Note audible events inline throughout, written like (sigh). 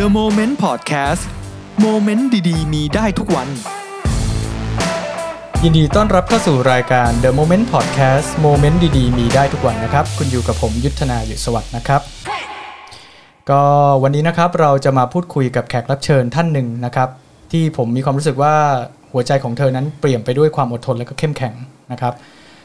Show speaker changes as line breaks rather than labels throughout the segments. The Moment Podcast โมเมนต์ดีๆ มีได้ทุกวัน
ยินดีต้อนรับเข้าสู่รายการ The Moment Podcast โมเมนต์ดีๆ มีได้ทุกวันนะครับ คุณอยู่กับผมยุทธนาอยู่สวัสดิ์นะครับ ก็วันนี้นะครับเราจะมาพูดคุยกับแขกรับเชิญท่านหนึ่งนะครับ ที่ผมมีความรู้สึกว่าหัวใจของเธอนั้นเปลี่ยนไปด้วยความอดทนและก็เข้มแข็งนะครับ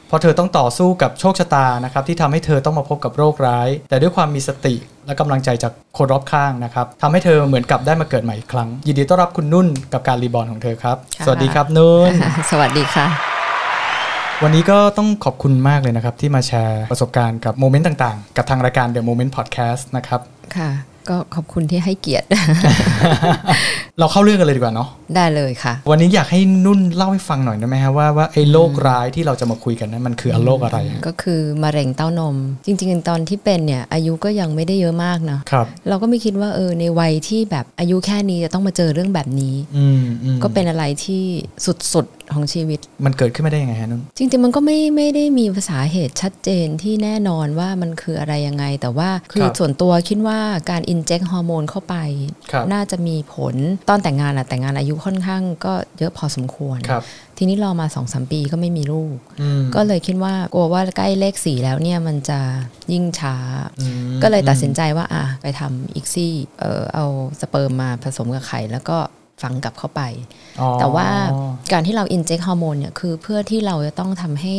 เพราะเธอต้องต่อสู้กับโชคชะตานะครับ ที่ทำให้เธอต้องมาพบกับโรคร้าย แต่ด้วยความมีสติและกำลังใจจากคนรอบข้างนะครับทำให้เธอเหมือนกลับได้มาเกิดใหม่อีกครั้ง ยินดีต้อนรับคุณนุ่นกับการรีบอร์นของเธอครับ
ค่ะ
สวัสดีครับนุ่น
สวัสดีค่ะ
วันนี้ก็ต้องขอบคุณมากเลยนะครับ ที่มาแชร์ประสบการณ์กับโมเมนต์ต่างๆ กับทางรายการ The Moment Podcast นะครับ
ค่ะ ก็ขอบคุณที่ให้เกียรติ (laughs)
เราเข้าเรื่องกันเลยดีกว่าเนาะ
ได้เลยค่ะ
วันนี้อยากให้นุ่นเล่าให้ฟังหน่อยได้ไหมฮะว่าว่าไอ้โรคร้ายที่เราจะมาคุยกันนั้นมันคือโรคอะไรฮะ
ก็คือมะเร็งเต้านม จริง ๆ ตอนที่เป็นเนี่ย อายุก็ยังไม่ได้เยอะมากนะครับ เราก็ไม่คิดว่าเออในวัยที่แบบอายุแค่นี้จะต้องมาเจอเรื่องแบบนี้
อืมอืม
ก็เป็นอะไรที่สุดๆของชีวิต
มันเกิดขึ้นมาได้ยังไงฮะนุ่น
จริง ๆ มันก็ไม่ไม่ได้มีสาเหตุชัดเจนที่แน่นอนว่ามันคืออะไรยังไง แต่ว่าคือส่วนตัวคิดว่าการอินเจ t ฮอร์โมนเข้าไป
ครับ
น่าจะมีผลตอนแต่งงานอะแต่งงานอายุค่อนข้างก็เยอะพอสมควร
ครับ
ทีนี้รอมาสองสามปีก็ไม่มีลูก
อืม
ก็เลยคิดว่ากลัวว่าใกล้เลขสี่แล้วเนี่ยมันจะยิ่งช้า
อืม
ก็เลยตัดสินใจว่าอ่ะไปทำอีกซี่เออเอาสเปิร์มมาผสมกับไข่แล้วก็ฝังกลับเข้าไป
อ๋อ
แต่ว่าการที่เราอินเจ t ฮอร์โมนเนี่ยคือเพื่อที่เราจะต้องทำให้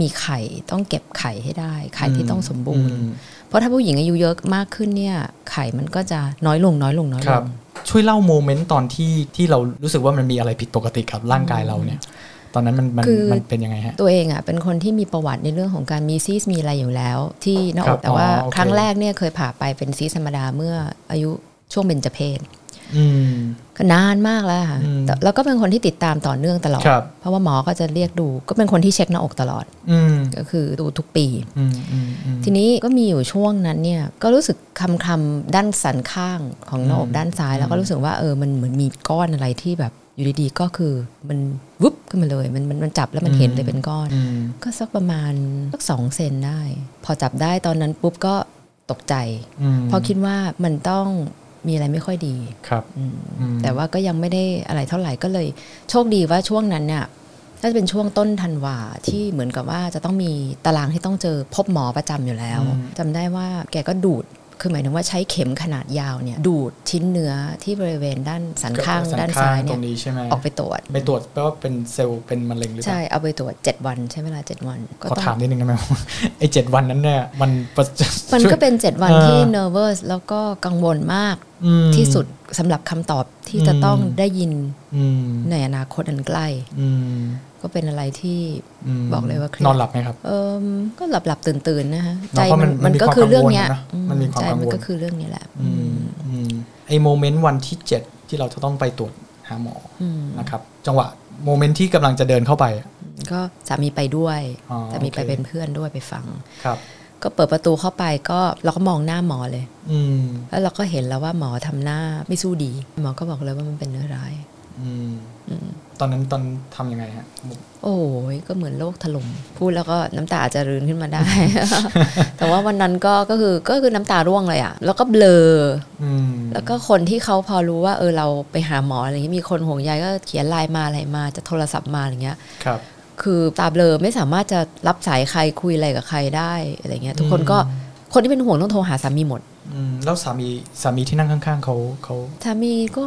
มีไข่ต้องเก็บไข่ให้ได้ ไข่ที่ต้องสมบูรณ์
อืม
เพราะถ้าผู้หญิงอายุเยอะมากขึ้นเนี่ยไข่มันก็จะน้อยลงน้อยลงน้อย
ค
ล
รับ
ง
ช่วยเล่าโมเมนต์ตอนที่ที่เรารู้สึกว่ามันมีอะไรผิดปกติกับร่างกายเราเนี่ย ตอนนั้นมันมัน
คือ
มันเป็นยังไงฮะ
ตัวเองอ่ะเป็นคนที่มีประวัติในเรื่องของการมีซีสมีอะไรอยู่แล้ว ที่หน้า
ค
อ
รับ
กแต่ว่า
อ๋อโอเค
ครั้งแรกเนี่ยเคยผ่าไปเป็นซีสธรรมดาเมื่ออายุช่วงเบญจเพศ
อืม
ก็นานมากแล้วค่ะ
อืม
แต่แล้วก็เป็นคนที่ติดตามต่อเนื่องตลอด
ครับ
เพราะว่าหมอก็จะเรียกดู ก็เป็นคนที่เช็คหน้าอกตลอด
อืม
ก็คือดูทุกปี
อืมอืมอืม
ทีนี้ก็มีอยู่ช่วงนั้นเนี่ยก็รู้สึกคำคำๆด้านสันข้างของหน้าอกด้านซ้าย แล้วก็รู้สึกว่าเออมันเหมือนมีก้อนอะไรที่แบบอยู่ดีๆก็คือมันวุบขึ้นมาเลยมันมันมันจับแล้วมันเห็นเลยเป็นก้อน
อืม
ก็สักประมาณสักสองเซนได้ พอจับได้ตอนนั้นปุ๊บก็ตกใจ
อืม
เพราะคิดว่ามันต้องมีอะไรไม่ค่อยดี
ครับ
อืม
อืม
แต่ว่าก็ยังไม่ได้อะไรเท่าไหร่ก็เลย โชคดีว่าช่วงนั้นเนี่ยน่าจะเป็นช่วงต้นธันวาที่เหมือนกับว่าจะต้องมีตารางที่ต้องเจอพบหมอประจำอยู่แล้วจำได้ว่าแกก็ดูดคือหมายถึงว่าใช้เข็มขนาดยาวเนี่ยดูดชิ้นเนื้อที่บริเวณด้านสันข้าง
สั
ด้านซ้าย
ตร
เนี่ย
งนี้ใช่ไหม
ออกไปตรวจ
ไปตรวจแปลว่าเป็นเซลล์เป็นมะเร็งหรือเป
ใช่
ล่า
เอาไปตรวจ 7 วันใช้เวลา 7 วันก็
ขอ
ต้อง
ถามนิดนึงได้ไหม (laughs) ไอ้เจ็ดวันนั้นเนี่ยมันประ
มัน
ช่วย
ก็เป็น 7 วัน
เออ
ที่ nervous แล้วก็กังวลมาก
อืม
ที่สุดสำหรับคำตอบที่
อืม
จะต้องได้ยิน
อืม
ในอนาคตอันใกล้
อืม
ก็เป็นอะไรที่
ม
บอกเลยว่าเครียด
นอนหลับไหมครับ
เอมก็หลับหลับตื่นตื่นๆนะฮะ
เนอะเพราะมันมันมี
ก็
ความ
คือเรื่องเนี้ย
กังวลนะ
อื
มันมีความ
ใจ
กังวล
มันก็คือเรื่องนี้แหละ
อืมอืมไอ้โมเมนต์วันที่เจ็ดที่เราจะต้องไปตรวจหาหมอ
อืม
นะครับ จังหวะโมเมนต์ที่กำลังจะเดินเข้าไป
ก็สามีไปด้วย
อ๋อ
สามีไป
โอเค
เป็นเพื่อนด้วยไปฟัง
ครับ
ก็เปิดประตูเข้าไปก็เราก็มองหน้าหมอเลย
อืม
แล้วเราก็เห็นแล้วว่าหมอทำหน้าไม่สู้ดี หมอก็บอกเลยว่ามันเป็นเนื้อร้าย
อืม
อืม
ตอนนั้นตอนทำยังไงฮะ
โอ้ยก็เหมือนโลกถล่มพูดแล้วก็น้ำตาอาจจะรืนขึ้นมาได้ (laughs) แต่ว่าวันนั้นก็ก็คือก็คือน้ำตาร่วงเลยอะแล้วก็เบลอ
อืม
แล้วก็คนที่เขาพอรู้ว่าเออเราไปหาหมออะไรเงี้ยมีคนห่วงใยก็เขียนไลน์มาอะไรมาจะโทรศัพท์มาอะไรเงี้ย
ครับ
คือตาเบลอไม่สามารถจะรับสายใครคุยอะไรกับใครได้อะไรเงี้ย ทุกคนก็
อื
คนที่เป็นห่วงต้องโทรหาสามีหมด
อืมแล้วสามีสามีที่นั่งข้างๆเขาเขา
สามีก็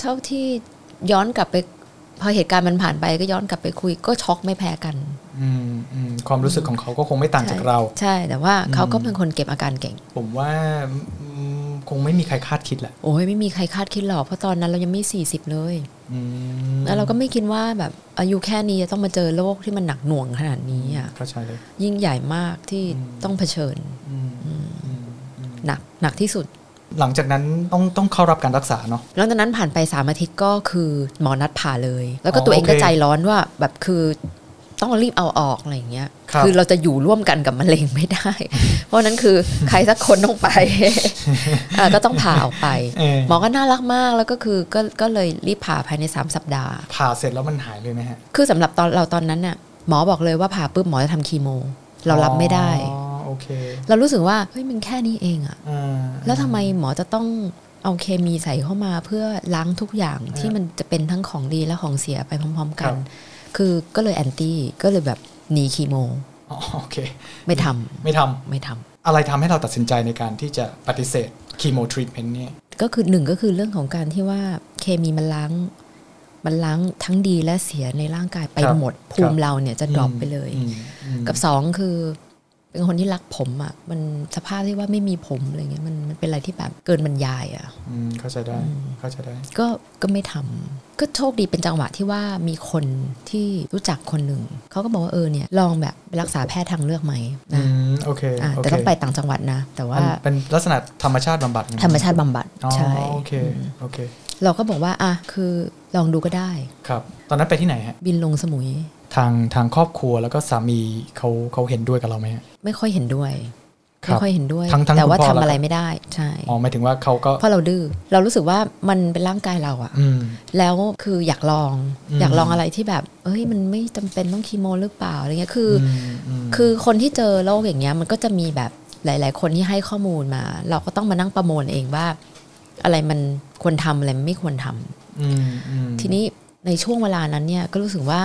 เท่าที่ย้อนกลับไปพอเหตุการณ์มันผ่านไปก็ย้อนกลับไปคุยก็ช็อกไม่แพ้กัน
อืมอืมความรู้สึกของเขาก็คงไม่ต่างจากเรา
ใช่แต่ว่าเขาก็
อืม
เป็นคนเก็บอาการเก่ง
ผมว่าอืมคงไม่มีใครคาดคิดแหละ
โอ้ยไม่มีใครคาดคิดหรอกเพราะตอนนั้นเรายังไม่ 40 เลย
อืม
แล้วเราก็ไม่คิดว่าแบบอายุแค่นี้จะต้องมาเจอโรคที่มันหนักหน่วงขนาดนี้อ่ะ
เข้าใจเลย
ยิ่งใหญ่มากที่
อืม
ต้องเผชิญ
อืมอืมอืม
หนักหนักที่สุด
หลังจากนั้นต้องต้องเข้ารับการรักษาเนาะ
หลังจากนั้นผ่านไปสามอาทิตย์ก็คือหมอนัดผ่าเลย แล้วก็
อ๋อ
ตัวเอ
โอ
ง
เค
ก็ใจร้อนว่าแบบคือต้องรีบเอาออกอะไรอย่างเงี้ย
ครับ
อเราจะอยู่ร่วมกันกับมะเร็งไม่ได้ (laughs) เพราะนั้นคือใครสักคนต้องไป (laughs) อ่ะก็ต้องผ่าออกไป
เออ
หมอก็น่ารักมากแล้วก็คือก็ก็เลยรีบผ่าภายใน 3 สัปดาห์
ผ่าเสร็จแล้วมันหายเลยไหมฮะ
คือสำหรับตอนเราตอนนั้นน่ะหมอบอกเลยว่าผ่าปุ๊บหมอจะทำคีโม เรารับไม่ได้
อ๋อโอเค
เรารู้สึกว่าเฮ้ยมันแค่นี้เองอะ
อ่า
แล้วทำไมหมอจะต้อง เอาเคมีใส่เข้ามาเพื่อล้างทุกอย่างที่มันจะเป็นทั้งของดีและของเสียไปพร้อม ๆ กั
ค
น
รับ
คือก็เลยแอนตี้ก็เลยแบบหนีคีโม
อ๋อโอเค
ไม่ทำ
ไม่ทำ
ไม่ทำ
อะไรทำให้เราตัดสินใจในการที่จะปฏิเสธคีโมทรีทเมนต์เนี่ย
ก็คือหนึ่งก็คือเรื่องของการที่ว่าเคมีมันล้างมันล้างทั้งดีและเสียในร่างกายไปหมด ภูมิเราเนี่ยจะดรอปไปเลย
อืมอืม
กับสองคือ เป็นคนที่รักผมอะ่ะ มันสภาพที่ว่าไม่มีผมอะไรเงี้ยมันมันเป็นอะไรที่แบบเกินบรรยายอะ่ะ
อืมเข้าใจได้เข้าใจได้
ก็ก็ไม่ทำก็โชคดีเป็นจังหวะที่ว่ามีคนที่รู้จักคนหนึ่งเขาก็บอกว่าเออเนี่ยลองแบบรักษาแพทย์ทางเลือกไหม
อื
นะ
มโอเค
อ่ะ
โเค
แต่ต้องไปต่างจังหวัดนะ แต่ว่า
อันเป็นลักษณะธรรมชาติบำบัดไง
ธรรมชาติบำบัด
อ๋อ
ใช่
โอเค
อืม
โอเค
เราก็บอกว่าอ่ะคือลองดูก็ได้
ครับ ตอนนั้นไปที่ไหนฮะ
บินลงสมุย
ทางทางครอบครัวแล้วก็สามีเขาเขาเห็นด้วยกับเราไหมฮะ
ไม่ค่อยเห็นด้วย
ครับ
ไม่ค่อยเห็นด้วย
ทั้งทั้ง
แต่ว่า
คุณพ่อ
ทำ
และ
อะไรไม่ได้ใช่
อ๋อหมายถึงว่าเขาก็
เพราะเราดื้อเรารู้สึกว่ามันเป็นร่างกายเราอะ
อืม
แล้วคืออยากลอง
อืม
อยากลองอะไรที่แบบ เอ้ยมันไม่จำเป็นต้องคีโมหรือเปล่าอะไรเงี้ยคืออ
มม
คือคนที่เจอโรคอย่างเงี้ยมันก็จะมีแบบหลาย ๆ คนที่ให้ข้อมูลมา เราก็ต้องมานั่งประมวลเองว่า อะไรมันควรทำอะไรไม่ควร
ม
ทำ
อืม
ทีนี้ในช่วงเวลานั้นเนี่ยก็รู้สึกว่า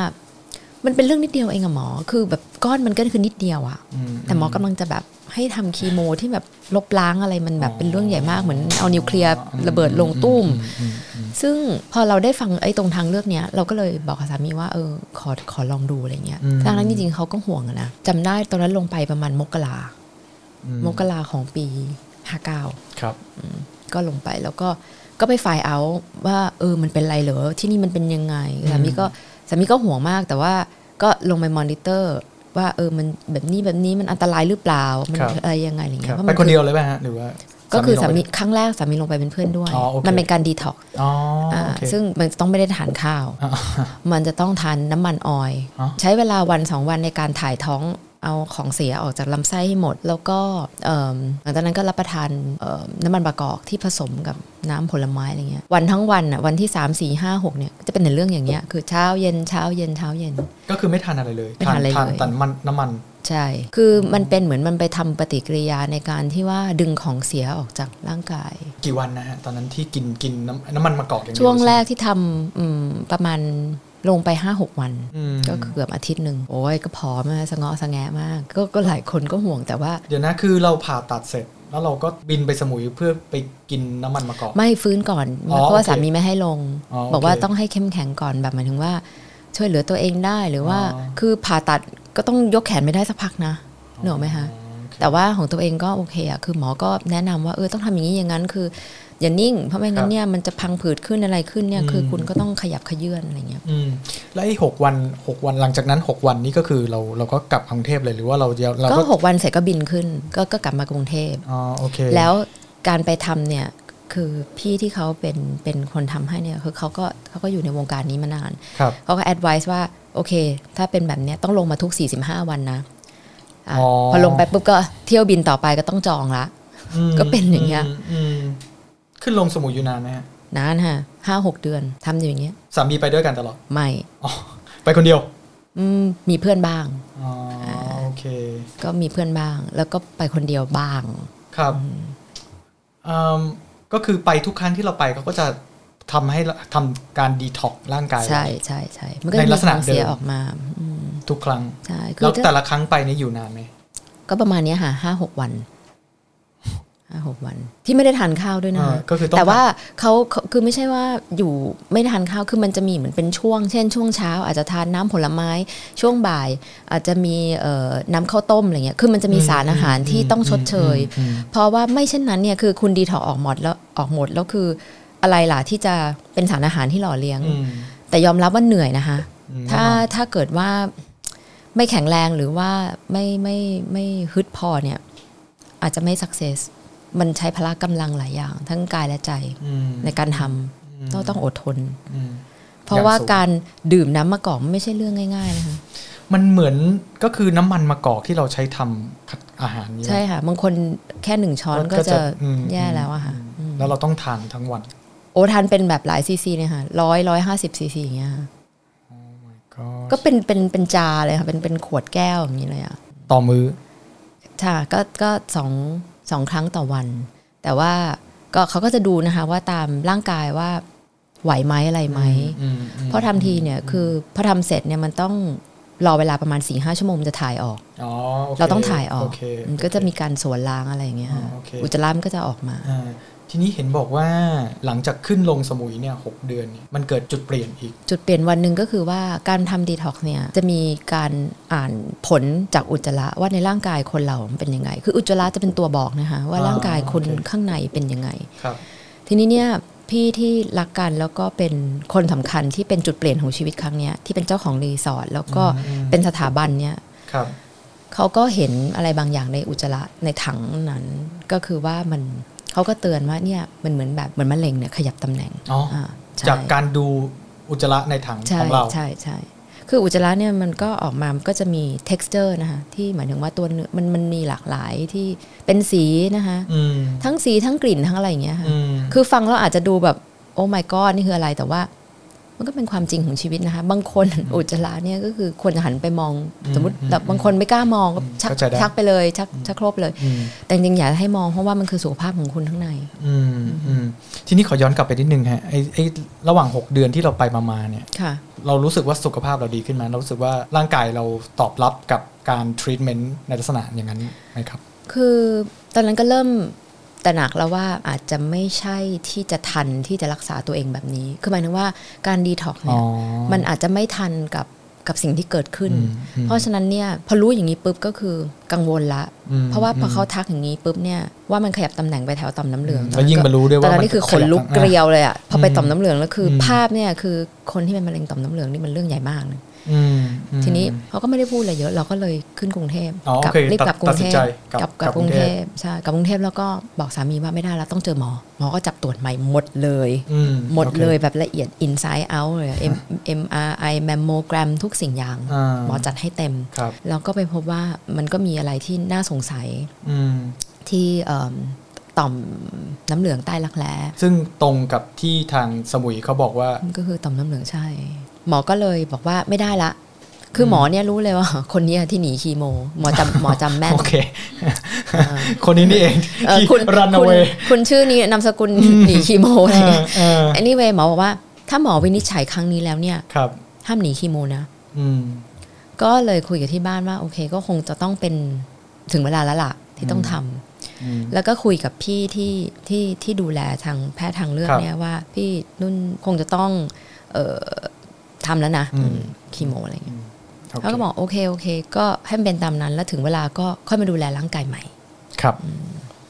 มันเป็นเรื่องนิดเดียวเองอะหมอ คือแบบก้อนมันก็คือนิดเดียวอะ
อืม
แต่หมอกำลังจะแบบให้ทำคีโมที่แบบลบล้างอะไรมันแบบ
อ๋อ
เป็นเรื่องใหญ่มากเหมือนเอานิวเคลียร์
อืม
ระเบิดลงตุ้ม
อืมอืม
ซึ่งพอเราได้ฟังไอ้ตรงทางเลือกเนี้ยเราก็เลยบอกกับสามีว่าเออขอขอลองดูอะไรเงี้ยทางนั้นจริงๆเขาก็ห่วงอะนะจำได้ตอนนั้นลงไปประมาณมกรามกราของปี 59
ครับ
ก็ลงไปแล้วก็ก็ไปฝ่ายเอาว่าเออมันเป็นไรเหรอที่นี่มันเป็นยังไงสามีก็สามีก็ห่วงมาก แต่ว่าก็ลงไปมอนิเตอร์ ว่าเออมันแบบนี้แบบนี้มันอันตรายหรือเปล่ามัน
ครับ
อะไรยังไงอะไร
ครับ
เงี้ยเพราะ
ไป
มัน
คนเดียวเลยไหมฮะหรือว่า
ก็คือสามี
ลงไป
ครั้งแรกสามีลงไปเป็นเพื่อนด้วย
อ๋อโอเค
มันเป็นการดีท็อก
อ๋ออ่า
อ่า
โอเค
ซึ่งมันจะต้องไม่ได้ทานข้าว
อ่า
มันจะต้องทานน้ำมันออยล์
อ๋อ
ใช้เวลาวันสองวันในการถ่ายท้องเอาของเสียออกจากลำไส้ให้หมด แล้วก็เอิ่มหลังจากนั้นก็รับประทานเอิ่มน้ำมันบะกอกที่ผสมกับน้ำผลไม้อะไรเงี้ยวันทั้งวันอ่ะวันที่ 3 4 5 6เนี่ยก็จะเป็นในเรื่องอย่างเงี้ยคือเช้าเย็นเช้าเย็นเช้าเย็น
(laughs) ก็คือไม่ทานอะไรเลย
ไม่ทานอะไร
ทาน
เลย
แต่น้ำมันน้ำมัน
ใช่ คือมันเป็นเหมือนมันไปทำปฏิกิริยาในการที่ว่าดึงของเสียออกจากร่างกาย
กี่วันนะฮะตอนนั้นที่กินกินน้ำน้ำมันมะกอกอย่างเดียว
ช่วงแรก
ใช่ไหม
ที่ทำอืมประมาณลงไป 5-6 วัน
อืม
ก็เกือบอาทิตย์หนึ่งโอ้ยก็ผอมมากสะเงอสะแงะมากก็ก็หลายคนก็ห่วงแต่ว่า
เดี๋ยวนะคือเราผ่าตัดเสร็จ แล้วเราก็บินไปสมุยเพื่อไปกินน้ำมันมะกอก
ไม่ฟื้นก่อน
อ๋อ
เพราะว่า
โอเค
สามีไม่ให้ลง
อ๋อโอเค
บอกว่าต้องให้เข้มแข็งก่อนแบบหมายถึงว่า ช่วยเหลือตัวเองได้หรือว่า
อ๋อ
คือผ่าตัดก็ต้องยกแขนไม่ได้สักพักนะเหนกออกไหมคะ
อ๋อโอเค
แต่ว่าของตัวเองก็โอเคอะคือหมอก็แนะนำว่าเออต้องทำอย่างนี้อย่างนั้นคือ อย่านิ่ง เพราะไม่
ครั
งั้น
บ
เนี่ยมันจะพังผืดขึ้นอะไรขึ้นเนี่ยคืออ
ม
คุณก็ต้องขยับขยื่นอะไรเงี้ย
อืมแล้วไอ้หกวันหกวันหลังจากนั้นหกวันนี้ก็คือเราเราก็กลับกรุงเทพเลยหรือว่าเราจะเรา
ก็
ก็
หกวันเสร็จก็บินขึ้น ก็ก็กลับมากรุงเทพ
อ๋อโอเค
แล้วการไปทำเนี่ยคือพี่ที่เขาเป็นเป็นคนทำให้เนี่ยคือเขาก็เขาก็อยู่ในวงการนี้มานาน
ครับ
เขาก็แอดไวซ์ว่า โอเค ถ้าเป็นแบบเนี้ยต้องลงมาทุก 45 วันนะอะพอลงไปปุ๊บก็เที่ยวบินต่อไปก็ต้องจองละ
อืม
ก็เป็นอย่างเงี้ย
มอืมขึ้นลงสมุยอยู่นานไหมฮะ
นานฮะห้าหกเดือนทำอย่างเงี้ย
สามีไปด้วยกันตลอด
ไม่
อ๋อไปคนเดียว
อืมมีเพื่อนบ้าง
อ๋อโอเค
ก็มีเพื่อนบ้าง แล้วก็ไปคนเดียวบ้าง
ครับอืมก็คือไปทุกครั้งที่เราไปเขาก็จะทำให้ทำการดีท็อกร่างกาย
ใช่ใช่ใช่มันก็
ใน
จะ
ลั
มี
กษ
ข
ณะ
องเสีย
เดิม
ออกมาอืม
ทุกครั้ง
ใช่คื
แล้ว
ถ้า
แต่ละครั้งไปนี่อยู่นานไหม
ก็ประมาณเนี้ยค่ะห้าหกวันห้าหกวัน ที่ไม่ได้ทานข้าวด้วยนะ
อ่า
คะ
ก็คือต้อง
แต่ว่าเขาเขาคือไม่ใช่ว่าอยู่ไม่ได้ทานข้าวคือมันจะมีเหมือนเป็นช่วง เช่นช่วงเช้า อาจจะทานน้ำผลไม้ช่วงบ่าย อาจจะมีเอ่อน้ำข้าวต้มอะไรเงี้ยคือมันจะมีสารอาหารที่ต้องชดเชย
อืมอืม
เพราะว่าไม่เช่นนั้นเนี่ยคือคุณดีถอกซ์ออกหมดแล้วออกหมดแล้วคืออะไรล่ะที่จะเป็นสารอาหารที่หล่อเลี้ยง
อืม
แต่ยอมรับว่าเหนื่อยนะคะ
อืม
ถ้าถ้าเกิดว่าไม่แข็งแรงหรือว่าไม่ไม่ไม่ฮึดพอเนี่ย อาจจะไม่สักเซส มันใช้พละกำลังหลายอย่าง ทั้งกายและใจ
อืม
ในการทำ
ม
ต้องต้องอดทน
อืม
เพราะว่า
อย่างสูง
การดื่มน้ำมะกอกไม่ใช่เรื่องง่าย ๆ นะคะ
มันเหมือนก็คือน้ำมันมะกอกที่เราใช้ทำอาหารนี่แหละ
ใช่ค่ะบางคนแค่หนึ่งช้อนก็
ก็
จะ
จะอืม
แย่แล้วอะค่ะอืม
แล้วเราต้องทานทั้งวัน
โอทานเป็นแบบหลายซีซีเนี่ยค่ะร้อยร้อยห้าสิบซีซีอย่างเงี้ยค่ะ
ก็
ก็เป็นเป็นเป็นจาเลยค่ะเป็นเป็นขวดแก้วอย่างนี้เลยอะ
ต่อมือ
ค่ะก็ก็สองสองครั้งต่อวัน แต่ว่า ก็เขาก็จะดูนะคะว่าตามร่างกายว่าไหวไหมอะไรไหม
อืมอืม
เพราะทำทีเนี่ยคือพอทำเสร็จเนี่ยมันต้องรอเวลาประมาณ4ีหชั่วโมงมันจะถ่ายออก
อ๋อโค
เราต้องถ่ายออ
โ
กมันก็จะ
โอเค
มีการสวนล้างอะไรอย่างเงี้ยค่ะ
อ๋อโอเค
อุจจาระมันก็จะออกมา
อ่าทีนี้เห็นบอกว่าหลังจากขึ้นลงสมุยเนี่ยหกเดือนเนี่ยมันเกิดจุดเปลี่ยนอีก
จุดเปลี่ยนวันหนึ่งก็คือว่าการทำดีท็อกเนี่ยจะมีการอ่านผลจากอุจจาระว่าในร่างกายคนเรามันเป็นยังไง คืออุจจาระจะเป็นตัวบอกนะคะว่า
อ่า
ร่างกายคน
โอเค
ข้างในเป็นยังไง
ครับ
ทีนี้เนี่ยพี่ที่รักกันแล้วก็เป็นคนสำคัญที่เป็นจุดเปลี่ยนของชีวิตครั้งเนี้ยที่เป็นเจ้าของรีสอร์ทแล้วก็
อืม
เป็นสถาบันเนี่ย
ครับ
เขาก็เห็นอะไรบางอย่างในอุจจาระในถังนั้น ก็คือว่ามันเขาก็เตือนว่าเนี่ยมันเหมือนแบบเหมือนมะเร็งเนี่ยขยับตำแหน่ง
อ๋ออ่
าใช่
จากการดูอุจจาระในถัง
ใช่
ของเรา
ใช่ใช่ คืออุจจาระเนี่ยมันก็ออกมามันก็จะมี texture นะคะที่หมายถึงว่าตัวเนื้อมันมันมีหลากหลายที่เป็นสีนะคะ
อืม
ทั้งสีทั้งกลิ่นทั้งอะไรอย่างเงี้ยค่ะ
อืม
คือฟังแล้วอาจจะดูแบบโอ้ my god นี่คืออะไรแต่ว่า มันก็เป็นความจริงของชีวิตนะคะ บางคน อุจจาระเนี่ยก็คือควรจะหันไปมอง สมมติแบบบางคนไม่กล้ามองก็ชัก
เข้าใจได้
ชักไปเลยชักชักโครบเลย
อืม
แต่จริงๆอยากให้มองเพราะว่ามันคือสุขภาพของคุณข้างใน
อืมอืมทีนี้ขอย้อนกลับไปนิดนึงฮะไอ้ไอ้ระหว่าง 6 เดือนที่เราไปมามาเนี่ย
ค่ะ
เรารู้สึกว่าสุขภาพเราดีขึ้นไหมเรารู้สึกว่าร่างกายเราตอบรับกับการทรีทเมนต์ในลักษณะอย่างนั้นไหมครับ
คือตอนนั้นก็เริ่มตระหนักแล้วว่าอาจจะไม่ใช่ที่จะทันที่จะรักษาตัวเองแบบนี้ คือหมายถึงว่าการดีท็อก
อ๋
เนี่
อ
ยมันอาจจะไม่ทันกับกับสิ่งที่เกิดขึ้น
อืมอืม
เพราะฉะนั้นเนี่ยพอรู้อย่างนี้ปุ๊บก็คือกังวลละ
อืม
เพราะว่าพอเขาทักอย่างนี้ปุ๊บเนี่ยว่ามันขยับตำแหน่งไปแถวต่อมน้ำเหลือง
แล้วยิ่งมารู้ด้วย
ตอน
ว่า
นั้น
มั
นี่คือขนลุกเกลี
ย
ยวเลยอ่ะพอไป
อืม
ต่อมน้ำเหลืองแล้วคืออ
ม
ภาพเนี่ยคือคนที่เป็นมะเร็งต่อมน้ำเหลืองนี่มันเรื่องใหญ่มากนะ
อืมอืม
ทีนี้เขาก็ไม่ได้พูดอะไรเยอะเราก็เลยขึ้นกรุงเทพ
อ๋อ
กั
โอเค
รีบกลับกรุ
ตัด
ง
สิ
เท
น
พ
ใจก
ก
ลั
ลั
บบ ก
ก
ลั
ลั
บบ ก
ก
รุ
รุ
ง
ง
เท
เท
พ
พใช่กลับกรุงเทพแล้วก็บอกสามีว่าไม่ได้แล้วต้องเจอหมอหมอก็จับตรวจใหม่หมดเลย
อื
หมด
โอค
เลยแบบละเอียด inside out เลยอะ M- MRI mammogram ทุกสิ่งอย่าง
อ่า
หมอจัดให้เต็ม
ครับ
แล้วก็ไปพบว่ามันก็มีอะไรที่น่าสงสัย
อืม
ที่เอิ่มต่อมน้ำเหลืองใต้รักแร้
ซึ่งตรงกับที่ทางสมุยเขาบอกว่า
มันก็คือต่อมน้ำเหลืองใช่ หมอก็เลยบอกว่าไม่ได้ละ คือหมอเนี่ยรู้ (laughs) เลยว่า คนเนี้ยที่หนีคีโม หมอจำ หมอจำแม่น
(laughs) โอเค คนนี้นี่เอง
เออ
ที่
คุณ
รันเอา
คุณ
ไว้
คุณชื่อนี้นามสกุลหนีคีโมอะไรเงี้ย
เออเออ
อันนี้เวยหมอบอกว่า ถ้าหมอวินิจฉัยครั้งนี้แล้วเนี่ย
ครับ
ห้ามหนีคีโมนะ
อืม
ก็เลยคุยกับที่บ้านว่าโอเคก็คงจะต้องเป็นถึงเวลาแล้วล่ะที่ต้องทำ
อืม
แล้วก็คุยกับพี่ที่ที่ที่ดูแลทางแพทย์ทางเลือก
ครับ
เนี่ยว่าพี่นุ่นคงจะต้องเออทำแล้วนะ
อืม
อืมคีโมอะไรเงี้ย
โอ
เขา
เค
ก็บอกโอเคโอเค ก็ให้มันเป็นตามนั้น แล้วถึงเวลาก็ค่อยมาดูแลร่างกายใหม่
ครับ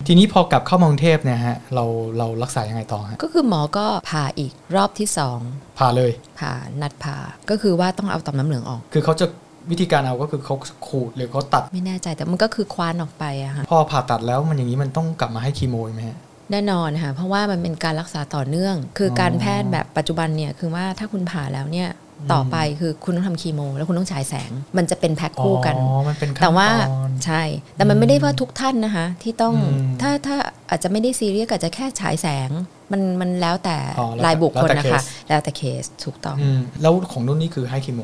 ทีนี้พอกลับเข้ามากรุงเทพเนี่ยฮะ เราเรารักษายังไงต่อฮะ
ก็คือหมอก็ผ่าอีกรอบที่สอง
พาเลย
ผ่านัดผ่าก็คือว่าต้องเอาต่อมน้ำเหลืองออก
คือเขาจะวิธีการเอาก็คือเขาขูดหรือเขาตัด
ไม่แน่ใจแต่มันก็คือคว้านออกไปอะค่ะ
พอผ่าตัดแล้วมันอย่างนี้มันต้องกลับมาให้คีโมอีกไหมฮะ
แน่นอนค่ะเพราะว่ามันเป็นการรักษาต่อเนื่อง คืออ
อ
การแพทย์แบบปัจจุบันเนี่ยคือว่าถ้าคุณผ่าแล้วเนี่ยต่อไปคือคุณต้องทำคีโม แล้วคุณต้องฉายแสง มันจะเป็นแพ็คคู่กัน
อ๋อ มันเป็นขั้น
แต่ว่า
ตอน
ใช่ แต่มันไม่ได้ว่าทุกท่านนะคะ ที่ต้อง
อืม
ถ้าถ้าอาจจะไม่ได้ซีเรียสอาจจะแค่ฉายแสง มันมันแล้วแต่
อ๋อแล้วแต่
รายบุคคล
แล้วแต่
นะ
เค
คะ
ส
แล้วแต่เคสถูกต้อง
อืมแล้วของนุ่นนี่คือให้คีโม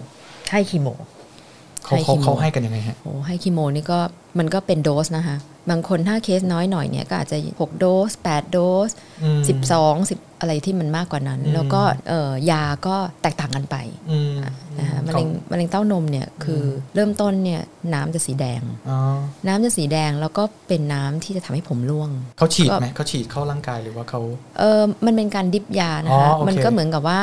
ให้คีโม
เขา
ให้
เขา
คีโม
เขาให้กันยังไงฮะ
โอ้ให้คีโมนี่ก็มันก็เป็นโดสนะคะ บางคนถ้าเคสน้อยหน่อยเนี่ยก็อาจจะ 6 โดส 8 โดส
อืม
12 10 อะไรที่มันมากกว่านั้น
อืม
แล้วก็เอ่อยาก็แตกต่างกันไป
อืม
นะคะมะ
ขอ
เร็งมะเร็งเต้านมเนี่ยคืออเริ่มต้นเนี่ยน้ำจะสีแดง
อ๋อ
น้ำจะสีแดงแล้วก็เป็นน้ำที่จะทำให้ผมร่วง
เขาฉีดไหม
ก็
เขาฉีดเข้าร่างกายหรือว่าเขา
เออมันเป็นการดิบยานะคะ
อ๋อโอเค
มันก็เหมือนกับว่า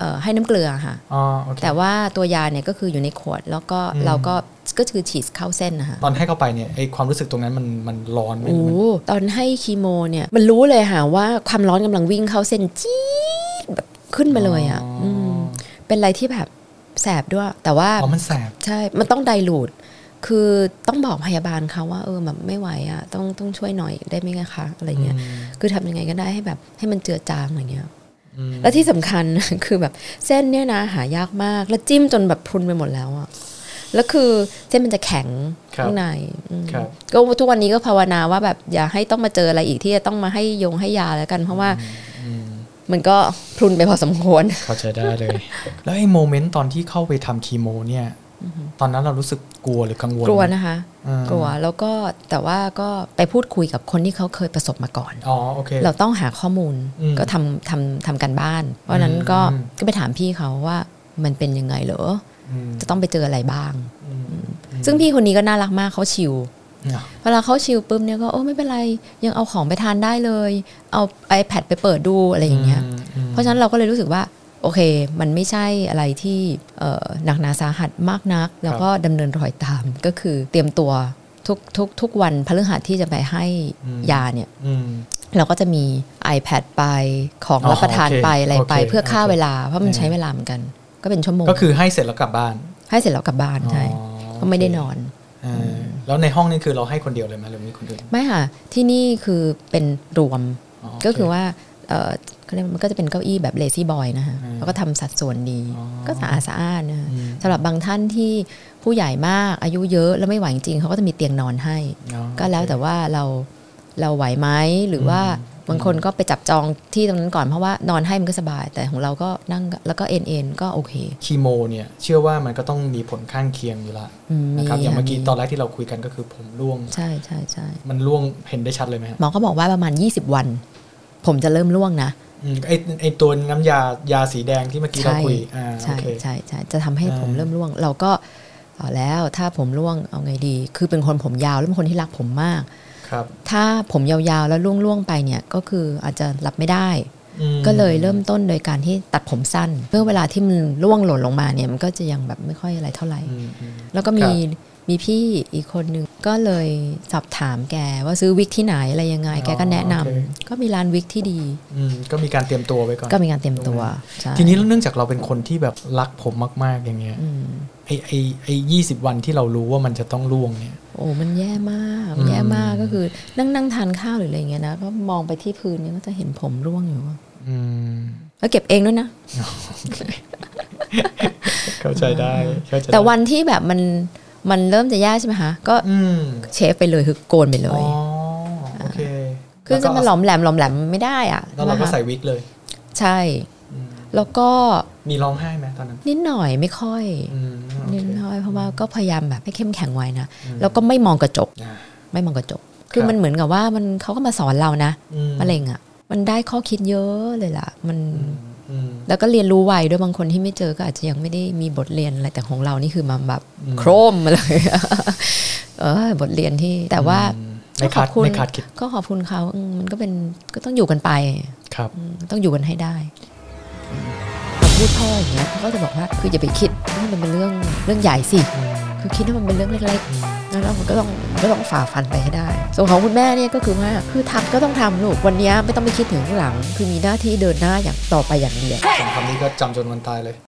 เอ่อให้น้ำเกลือค่ะ
อ๋อโอเค
แต่ว่าตัวยาเนี่ยก็คืออยู่ในขวด แล้วก็
อืม
เราก็ก็คือฉีดเข้าเส้นนะคะ
ตอนให้เข้าไปเนี่ยไอความรู้สึกตรงนั้นมันมันร้อนไหมม
โอ้
ัน
ตอนให้คีโมเนี่ยมันรู้เลยค่ะว่าความร้อนกำลังวิ่งเข้าเส้นจี๊ดแบบขึ้นมาเลยอ่ะ
อ๋ออื
มเป็นอะไรที่แบบแสบด้วย แต่ว่า
อ๋อมันแสบ
ใช่ มันต้องไดรูดคือต้องบอกพยาบาลเขาว่าเออแบบไม่ไหวอ่ะต้องต้องช่วยหน่อยได้ไหมคะอะไรเงี้ย คือทำยังไงก็ได้ให้แบบให้มันเจือจางอะไรเงี้ย
อืม
และที่สำคัญ (laughs) คือแบบเส้นเนี่ยนะหายากมาก แล้วจิ้มจนแบบพรุนไปหมดแล้วอะแล้วคือเส้นมันจะแข็ง
ครับ
ข้างในอืม
ครับ
ก็ทุกวันนี้ก็ภาวนาว่าแบบอย่าให้ต้องมาเจออะไรอีกที่จะต้องมาให้ยงให้ยาแล้วกัน เพราะว่า
อืม
มันก็พรุนไปพอสมควร
เข้าใจได้เลย แล้วไอ้โมเมนต์ตอนที่เข้าไปทำคีโมเนี่ย ตอนนั้นเรารู้สึกกลัวหรือกังวล
กลัวนะคะ
อืม
กลัวแล้วก็แต่ว่าก็ไปพูดคุยกับคนที่เขาเคยประสบมาก่อน
อ๋อโอเค
เราต้องหาข้อมูล
อืม
ก็ทำทำทำกันบ้าน เพราะฉะนั้นก็
อืม
ก็ไปถามพี่เขาว่ามันเป็นยังไงเหรอ
อืม
จะต้องไปเจออะไรบ้าง
อืม
ซึ่งพี่คนนี้ก็น่ารักมากเขาชิล
อ่ะ
เวลาเขาชิลปุ๊บเนี่ยก็โอ้ไม่เป็นไรยังเอาของไปทานได้เลย เอา iPad ไปเปิดดูอะไรอย่างเงี้ย
มอืม
เพราะฉะนั้นเราก็เลยรู้สึกว่า โอเค มันไม่ใช่อะไรที่เอ่อหนักหนาสาหัสมากนัก แล้วก็ดำเนินรอยตามก็คือเตรียมตัวทุกทุกทุกวันพฤหัสที่จะไปให้ยาเนี่ย
อืม
เราก็จะมี iPad ไปของ
อ๋อ
รับประทาน
โอเค
ไปอะไรไป
โอเค
เพื่อฆ่า
โอเค
เวลา เพราะมัน
อืม
ใช้เวลาเหมือนกัน ก็เป็นชั่วโมง
ก็คือให้เสร็จแล้วกลับบ้าน
ให้เสร็จแล้วกลับบ้านใช่
อ๋อ
ก็ไม่ได้นอน
อ่าแล้วในห้องนี่คือเราให้คนเดียวเลยไหมหรือมีคนอื่น
ไม่ค่ะ ที่นี่คือเป็นรวม
อ๋
ก็คือ
โเ
ว่าเอ่อเขาเรียกมันก็จะเป็นเก้าอี้แบบเลซี่บอยนะคะ
อืม
แล้วก็ทำสัดส่วนดี
อ๋อ
ก็สะอาดสะอ้านนะคะ
อืม
สำหรับบางท่านที่ผู้ใหญ่มากอายุเยอะแล้วไม่ไหวจริงๆเขาก็จะมีเตียงนอนให้
อ๋อ
ก็แล้วแต่ว่าเราเราไหวไหมหรือว่าบางคนก็ไปจับจองที่ตรงนั้นก่อนเพราะว่านอนให้มันก็สบาย แต่ของเราก็นั่งแล้วก็เอ็นเอ็นก็โอเค
คีโมเนี่ย เชื่อว่ามันก็ต้องมีผลข้างเคียงอยู่ละ
อืม
นะครับอย่างเมื่อกี้ตอน
ค่ะ
แรกที่เราคุยกันก็คือผมร่วง
ใช่ใช่ใช่
มันร่วงเห็นได้ชัดเลยไหมฮะ
หมอก็บอกว่าประมาณ 20 วัน ผมจะเริ่มร่วงนะ
อืมไอไอตัวน้ำยายาสีแดงที่เมื่อกี้เรา
ใช่
คุยอ่าโอ
ใช่
เค
ใช่ใช่จะทำให้
อ่า
ผมเริ่มร่วง เราก็เอาแล้วถ้าผมร่วงเอาไงดี คือเป็นคนผมยาวแล้วเป็นคนที่รักผมมาก
ครับ
ถ้าผมยาวๆแล้วร่วงๆไปเนี่ยก็คืออาจจะรับไม่ได้
อืม
ก็เลยเริ่มต้นโดยการที่ตัดผมสั้น เพื่อเวลาที่มันร่วงหล่นลงมาเนี่ยมันก็จะยังแบบไม่ค่อยอะไรเท่าไหร่
อืมอืม
แล้วก็
ครั
มี
บ
มีพี่อีกคนนึงก็เลยสอบถามแกว่าซื้อวิกที่ไหนอะไรยังไง
อ๋อ
แกก็แนะนำ
โอเค
ก็มีร้านวิกที่ดี
อืมก็มีการเตรียมตัวไว้ก่อน
ก็มีการเตรียมตัวใช่
ทีนี้เนื่องจากเราเป็นคนที่แบบรักผมมาก ๆ อย่างเงี้ย
อืม
ไอไอไอยี่สิบวันที่เรารู้ว่ามันจะต้องล่วงเนี่ย
โอ้มันแย่มาก
อืม
แย่มากก็คือนั่งนั่งทานข้าวหรืออะไรอย่างเงี้ยนะก็มองไปที่พื้นเนี่ยก็จะเห็นผมร่วงอยู่
อืม
แล้วเก็บเองด้วยนะ
เข้าใจได้เข้าใจได้
แต่วันที่แบบมันมันเริ่มจะแย่ใช่ไหมคะก็
อืม
เชฟไปเลยคือโกนไปเล
อ๋อย โอเค
คือจะมาหลอมแหลมหลอมแหลมไม่ได้อะ
แล้วเราก็
นะคะ
ใส่วิกเลย
ใช่
อืม
แล้วก็
มีร้องไห้ไหมตอนนั้น
นิดหน่อยไม่ค่อย
อืมโอ
นิด
เค
หน่อยเพราะว่าก็พยายามแบบให้เข้มแข็งไว้นะ
อืม
แล้วก็ไม่มองกระจก
อ่า
ไม่มองกระจก คือ
ครับ
มันเหมือนกับว่ามันเขาก็มาสอนเรานะ
อืม
มะเร็งอ่ะ มันได้ข้อคิดเยอะเลยล่ะ มัน
อืม
แล้วก็เรียนรู้ไวด้วยบางคนที่ไม่เจอก็อาจจะยังไม่ได้มีบทเรียนอะไรแต่ของเรานี่คือมาแบบ
อืม
โครมมาเลย (laughs) เออบทเรียนที่แต่ว่า
อืมไม่
ขอ
คา
บ
ด
คุณ
ไม่คาดคิด
ก็ขอบคุณเขาอืมมันก็เป็นก็ต้องอยู่กันไป
ครับ
อืมต้องอยู่กันให้ได้ผมพูดพ่ออย่างเงี้ยเขาก็จะบอกว่าคืออย่าไปคิดว่ามันเป็นเรื่องเรื่องใหญ่สิคือคิดว่ามันเป็นเรื่องเล็กๆแล้วมันก็ต้องมันก็ต้องฝ่าฟันไปให้ได้ ส่วนของคุณแม่เนี่ยก็คือว่าคือทำก็ต้องทำลูกวันเนี้ยไม่ต้องไปคิดถึงข้างหลัง คือมีหน้าที่เดินหน้าอย่างต่อไปอย่างเดียว
สองคำนี้ก็จำจนวันตายเลย